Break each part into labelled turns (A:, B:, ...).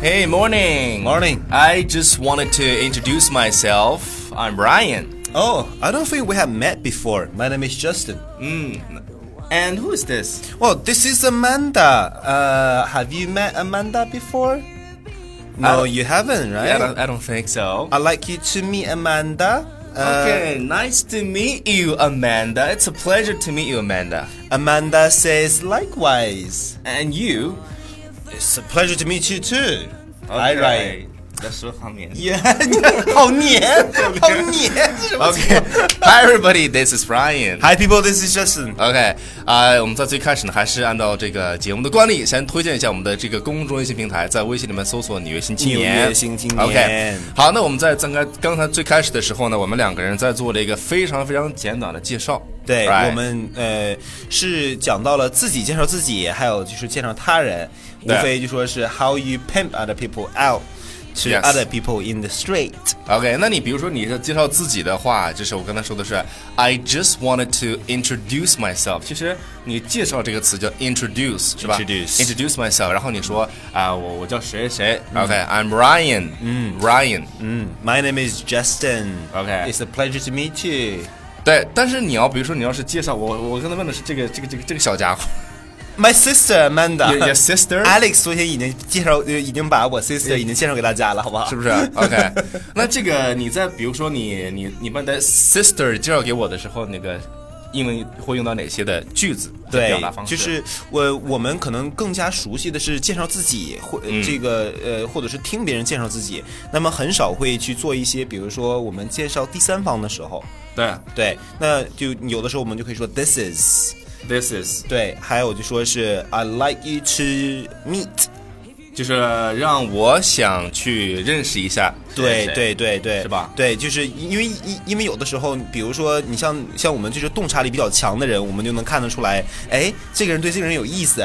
A: Hey, morning.
B: Morning.
A: I just wanted to introduce myself. I'm Ryan.
B: Oh, I don't think we have met before. My name is Justin.
A: And who is this?
B: Well, this is Amanda. Uh, have you met Amanda before?
A: Uh,
B: No, you haven't, right?
A: I don't, I don't think so.
B: I'd like you to meet Amanda. Uh,
A: uh, okay, nice to meet you, Amanda. It's a pleasure to meet you, Amanda.
B: Amanda says likewise.
A: And you?
B: It's a pleasure to meet you too.
A: Okay.
B: right.
A: 再说后面。
B: Yeah. Oh, eh? 好黏， 好黏，什么
A: Okay. Hi, everybody. This is Ryan.
B: Hi people, this is Justin.
A: OK，啊、我们在最开始呢，还是按照这个节目的惯例，先推荐一下我们的这个公众微信平台，在微信里面搜索“纽约新青年”。
B: 纽约新青年
A: OK，好，那我们在刚才刚才最开始的时候呢，我们两个人在做了一个非常非常简短的介绍。
B: 对
A: right？
B: 我们呃是讲到了自己介绍自己，还有就是介绍他人，无
A: 对
B: 非就说是 how you pimp other people out to
A: Yes
B: other people in the street。
A: OK，那你比如说你介绍自己的话，就是我刚才说的是 I just wanted to introduce myself。其实你介绍这个词叫 introduce 是吧
B: Introduce
A: introduce myself，然后你说啊、我我叫谁谁谁。OK，I'm、Ryan。嗯，Ryan。
B: 嗯，My name is Justin.
A: Okay.
B: it's a pleasure to meet you.
A: 对，但是你要比如说你要是介绍我，我刚才问的是这个这个这个这个小 家伙
B: My sister Amanda.
A: Your- your sister?
B: Alex 昨天已经介绍，呃已经把我 sister 已经介绍给大家了，好不好？
A: 是不是？OK，那这个你在比如说你你你把你的 sister 介绍给我的时候，那个英文会用到哪些的句子和
B: 对
A: 表达方，式？
B: 就是我我们可能更加熟悉的是介绍自己，或、
A: 嗯
B: 这个呃，或者是听别人介绍自己，那么很少会去做一些，比如说我们介绍第三方的时候，
A: 对
B: 对，那就有的时候我们就可以说 this is，
A: ，this is
B: 对，还有就说是 I like you to meet，
A: 就是让我想去认识一下谁谁
B: 对
A: 谁，
B: 对对对，
A: 是吧
B: 对，就是因为因因为有的时候，比如说你像像我们就是洞察力比较强的人，我们就能看得出来，哎，这个人对这个人有意思，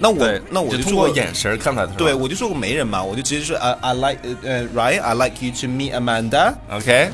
B: 那我
A: 对，
B: 那我
A: 就
B: 就
A: 通过
B: 做
A: 眼神看出来他是吧。
B: 对，我就做过媒人嘛，我就直接说，I I like 呃、Ryan, I like you to meet Amanda。
A: ，OK，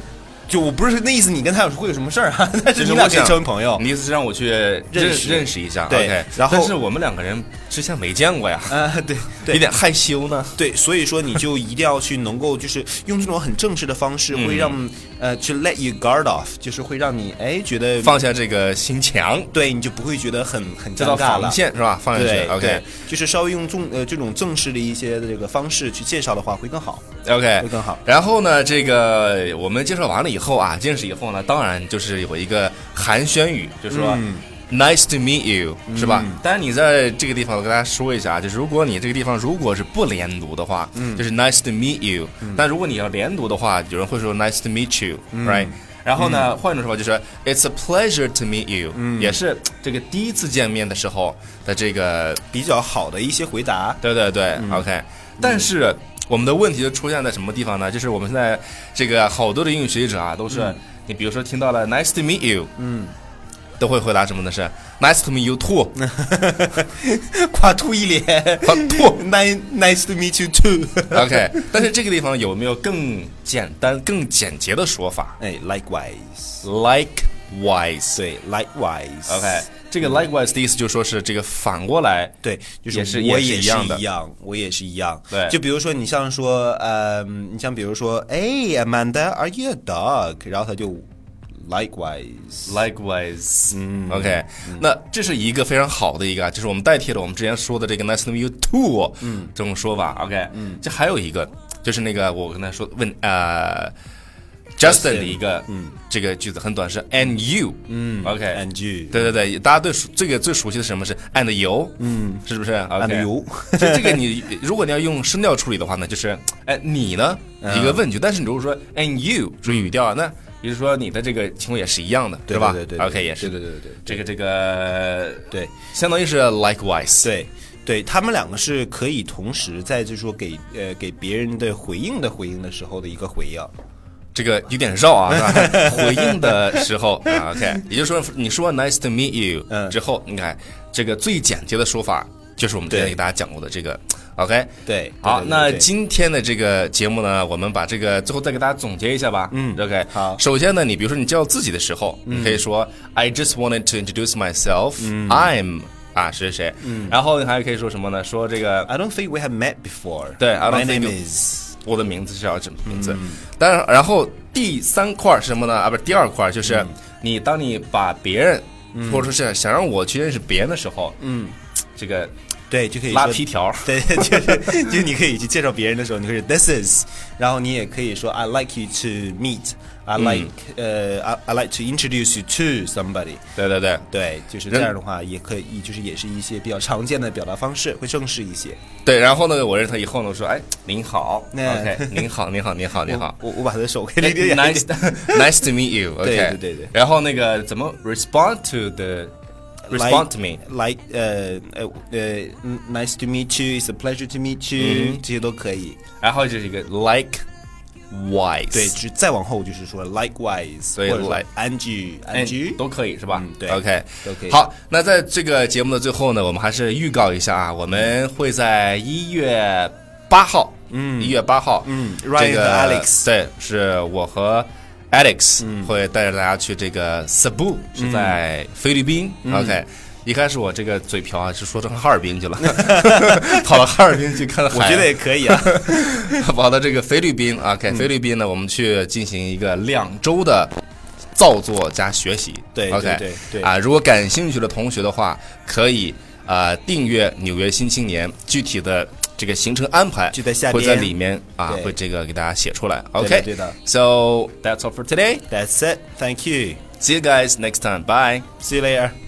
B: 就我不是那意思，你跟他有会有什么事儿啊？ 但
A: 就是是
B: 你
A: 我
B: 俩可以
A: 想
B: 成为朋友
A: 你。意思是让我去认
B: 识
A: 认识一下，
B: 对
A: OK，
B: 然后
A: 但是我们两个人之前没见过呀，
B: 啊、对
A: 有
B: 对
A: 点害羞呢。
B: 对，所以说你就一定要去能够，就是用这种很正式的方式，会让、
A: 嗯
B: 呃去 let you guard off，就是会让你哎觉得
A: 放下这个心墙，
B: 对你就不会觉得很很
A: 这
B: 尴
A: 道
B: 尬了
A: 防。线是吧？放下去
B: 对
A: ，OK
B: 对，就是稍微用重呃这种正式的一些的这个方式去介绍的话，会更好。
A: OK
B: 会更好。
A: 然后呢，这个我们介绍完了以后啊，认识以后呢，当然就是有一个寒暄语，就说。Nice
B: 嗯
A: to meet you，是吧？但是你在这个地方，我跟大家说一下啊，就是如果你这个地方如果是不连读的话，
B: 嗯
A: 就是 Nice to meet you、但如果你要连读的话，有人会说 Nice to meet
B: 嗯
A: you，right？、然后呢，换一种说法就是 It's a pleasure to meet you，、也
B: 嗯
A: 是这个第一次见面的时候的这个
B: 比较好的一些回答，
A: 对对对、o k 但是我们的问题就出现在什么地方呢？就是我们现在这个好多的英语学习者啊，都是、你比如说听到了 “nice to meet you”，嗯，都会回答什么呢？是 “nice to meet you too”，
B: 夸吐一脸。
A: 啊 too。
B: Nice, nice to meet you too.
A: OK，但是这个地方有没有更简单、更简洁的说法
B: 哎，likewise，
A: ？Likewise。
B: 对，likewise。
A: OK，这个 likewise 的意思就说是这个反过来，
B: 对，就是
A: 也是
B: 我
A: 也是
B: 也
A: 一样的
B: 一样，我也是一样。
A: 对
B: 就比如说你像说，呃，你像比如说，哎，Amanda，are you a dog？然后他就 likewise。
A: Likewise，嗯，OK，那这是一个非常好的一个啊，就是我们代替了我们之前说的这个 nice to meet you too，嗯，这种说法，OK，嗯，这还有一个就是那个我跟他说问呃 Justin 的一个嗯这个句子很短是 and you，嗯，OK，
B: And you，
A: 对对对，大家对熟这个最熟悉的是什么是 and you，嗯，是不是？and
B: ，and you，
A: 就这个你如果你要用声调处理的话呢，就是哎你呢
B: 嗯
A: 一个问句，但是你如果说 and you 注意语调啊，那也就是说你的这个情况也是一样的，
B: 对
A: 吧？
B: 对对
A: o k 也是
B: 对对对对
A: 这个这个
B: 对
A: 相当于是 likewise，
B: 对对，他们两个是可以同时在就是说给呃给别人的回应的回应的时候的一个回应。
A: 这个有点绕啊，是 吧回应的时候啊，OK，也就是说你说 nice to meet you、
B: 嗯
A: 之后，你看这个最简洁的说法就是我们之前
B: 对
A: 给大家讲过的这个 OK。
B: 对，
A: 好，
B: 对对对
A: 那
B: 对
A: 今天的这个节目呢，我们把这个最后再给大家总结一下吧。嗯，OK。
B: 好嗯
A: 首先呢，你比如说你介绍自己的时候，你可以说 I just wanted to introduce myself. I'm 啊，谁谁谁。嗯，然后你还可以说什么呢？说这个
B: I don't think we have met before.
A: 对，I don't
B: my
A: think
B: name
A: you-
B: is.
A: 我的名字是叫什么名字？当然，然后第三块是什么呢？啊，不是第二块，就是你当你把别人，或者说是想让我去认识别人的时候，嗯，这个
B: 对，就可以
A: 拉
B: 说
A: 皮条。
B: 对，就是就是你可以去介绍别人的时候，你可以说 This is，然后你也可以说 I like you to meet。I
A: 嗯
B: like，、呃、i I like to introduce you to somebody。
A: 对对对
B: 对，就是这
A: 人
B: 样的话，也可以，就是也是一些比较常见的表达方式，会正式一些。
A: 对，然后呢，我认识他以后呢，我说，哎，您好
B: 哎
A: ，OK，您好，您好，您好，您好。
B: 我我把他的手给
A: 哎
B: 你点点
A: Nice, nice to meet you. OK，
B: 对对对对
A: 然后那个怎么 respond to the respond to me？
B: like 呃呃呃嗯，nice to meet you，it's a pleasure to meet you，、这
A: 嗯
B: 些都可以。
A: 然后就是一个 like wise，
B: 对，就是再往后就是说 likewise，
A: 所以
B: 或者说
A: like-
B: Angie
A: 哎
B: Angie
A: 都可以是吧？
B: 嗯对
A: ，OK，
B: 都可以
A: 好，那在这个节目的最后呢，我们还是预告一下啊，我们会在一月八号，嗯，一月八号，
B: 嗯
A: 这
B: ，Ryan
A: 个
B: 和 Alex 嗯
A: 对，是我和 Alex 会带着大家去这个 Cebu，是在菲律宾，OK。一
B: 嗯
A: 开始我这个嘴瓢啊，是说成哈尔滨去了， 跑到哈尔滨去看海。
B: 我觉得也 可以啊。
A: 跑到这个菲律宾啊，
B: 嗯
A: 给菲律宾呢，我们去进行一个两周的造作加学习。
B: 对对
A: o k
B: 对对
A: 啊，如果感兴趣的同学的话，可以呃订阅《纽约新青年》，具体的这个行程安排
B: 就在下
A: 会
B: 边
A: 在里面啊，
B: 对
A: 会这个给大家写出来。
B: 对
A: OK，
B: 的对的
A: So that's all for today.
B: That's it. Thank you.
A: See you guys next time. Bye.
B: See you later.